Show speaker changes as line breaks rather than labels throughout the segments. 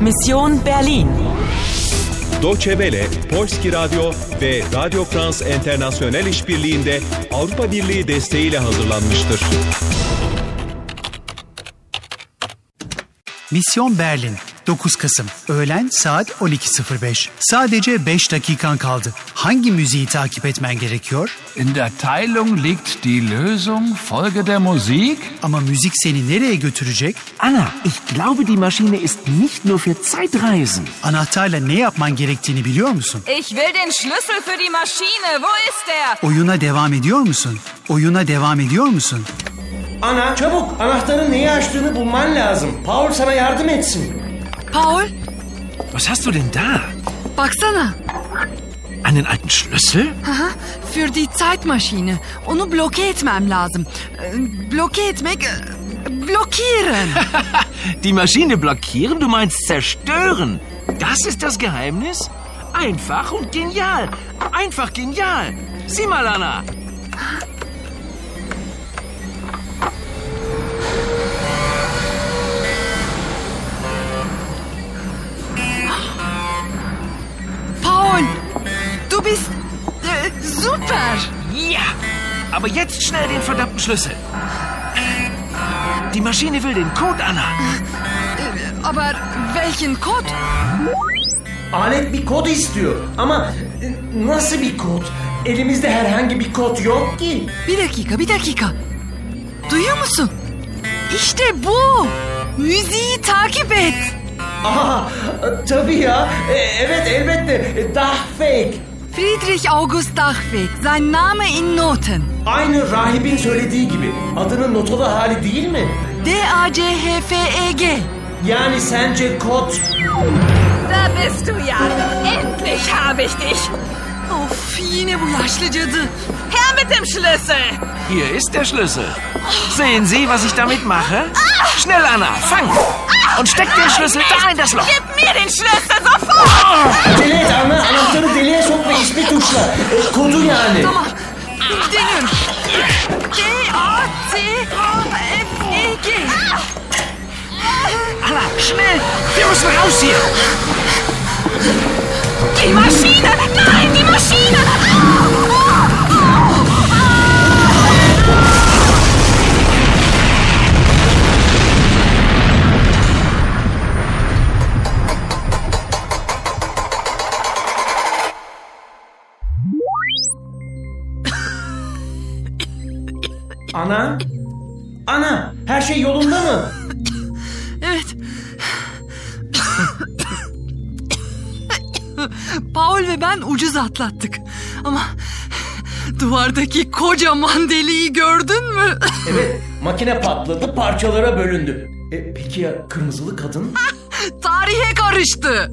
Mission Berlin.
Deutsche Welle, Polski Radyo ve Radio France International işbirliğinde Avrupa Birliği desteğiyle hazırlanmıştır.
Misyon Berlin. 9 Kasım. Öğlen saat 12.05. Sadece 5 dakikan kaldı. Hangi müziği takip etmen gerekiyor?
In der Teilung liegt die Lösung. Folge der Musik.
Ama müzik seni nereye götürecek?
Anna, ich glaube, die Maschine ist nicht nur für Zeitreisen.
Anahtarla ne yapman gerektiğini biliyor musun?
Ich will den Schlüssel für die Maschine. Wo ist der?
Oyuna devam ediyor musun? Oyuna devam ediyor musun?
Ana çabuk anahtarın neyi açtığını bulman lazım. Paul sana yardım etsin.
Paul,
Was hast du denn da?
baksana.
Einen alten Schlüssel?
Aha, für die Zeitmaschine. Onu bloke etmem lazım. Ee, Bloke etmek... e, Blockieren.
Die Maschine blockieren? Du meinst zerstören? Das ist das Geheimnis? Einfach und genial. Einfach genial. Sieh mal, Anna.
Paul, du bist äh, super.
Ja. Aber jetzt schnell den verdammten Schlüssel. Die Maschine will den Code, Anna.
Äh, Aber welchen Code?
Alet bir kod istiyor ama e, nasıl bir kod? Elimizde herhangi bir kod yok ki.
Bir dakika, bir dakika. Duyuyor musun? İşte bu. Müziği takip et.
Aha e, tabii ya. E, evet elbette. E, Dah fake.
Friedrich August Dachweg, sein Name in Noten.
Aynı rahibin söylediği gibi. Adının notalı hali değil mi?
D-A-C-H-F-E-G.
Yani sence kod...
Da bist du ja. Endlich habe ich dich. Of yine bu yaşlı cadı. Her mit dem Schlüssel.
Hier ist der Schlüssel. Sehen Sie, was ich damit mache? Schnell, Anna, fang! Und steck den Schlüssel da in das Loch.
Gib mir den Schlüssel sofort.
Deli et ana anahtarı deliğe sok ve ismi tuşla. E, kodu yani.
Tamam. Deniyorum. D-A-C-H-F-E-G.
Anna, schnell! Wir müssen raus hier!
Die Maschine. Nein, die Maschine.
Ana? Ana her şey yolunda mı?
Evet. Paul ve ben ucuz atlattık. Ama duvardaki kocaman deliği gördün mü?
Evet makine patladı parçalara bölündü. E, peki ya kırmızılı kadın?
Tarihe karıştı.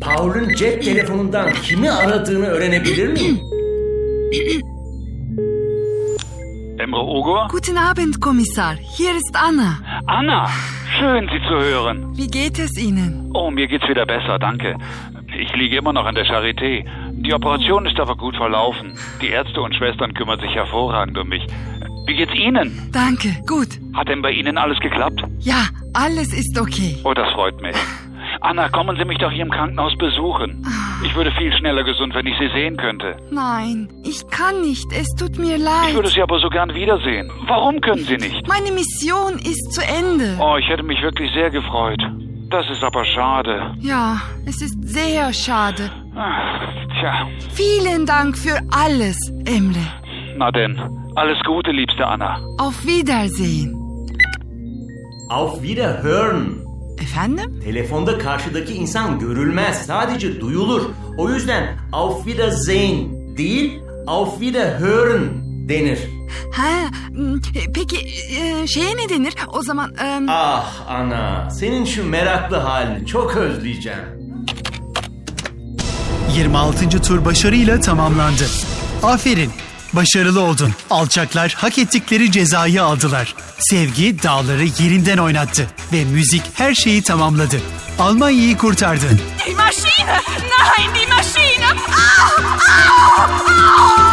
Paul'un cep telefonundan kimi aradığını öğrenebilir miyim?
Emre Ogo?
Guten Abend, Kommissar. Hier ist Anna.
Anna, schön Sie zu hören.
Wie geht es Ihnen?
Oh, mir geht's wieder besser, danke. Ich liege immer noch an der Charité. Die Operation ist aber gut verlaufen. Die Ärzte und Schwestern kümmern sich hervorragend um mich. Wie geht's Ihnen?
Danke, gut.
Hat denn bei Ihnen alles geklappt?
Ja, alles ist okay.
Oh, das freut mich. Anna, kommen Sie mich doch hier im Krankenhaus besuchen. Ich würde viel schneller gesund, wenn ich Sie sehen könnte.
Nein, ich kann nicht. Es tut mir
Ich würde
leid.
Sie aber so gern wiedersehen. Warum können Sie nicht?
Meine Mission ist zu Ende.
Oh, ich hätte mich wirklich sehr gefreut. Das ist aber schade.
Ja, es ist sehr schade.
Ah, Tja,
Vielen Dank für alles, Emre.
na denn. Alles Gute, liebste Anna.
Auf Wiedersehen.
Auf Wiederhören.
Efendim?
Telefonda karşıdaki insan görülmez, sadece duyulur. O yüzden Auf Wiedersehen değil, Auf Wiederhören denir.
Ha, m, peki e, şeye ne denir? O zaman e,
Ah ana, senin şu meraklı halini çok özleyeceğim.
26. tur başarıyla tamamlandı. Aferin. Başarılı oldun. Alçaklar hak ettikleri cezayı aldılar. Sevgi dağları yerinden oynattı ve müzik her şeyi tamamladı. Almanya'yı kurtardın.
Die Maschine! Nein, die Maschine! Au! Au! Au!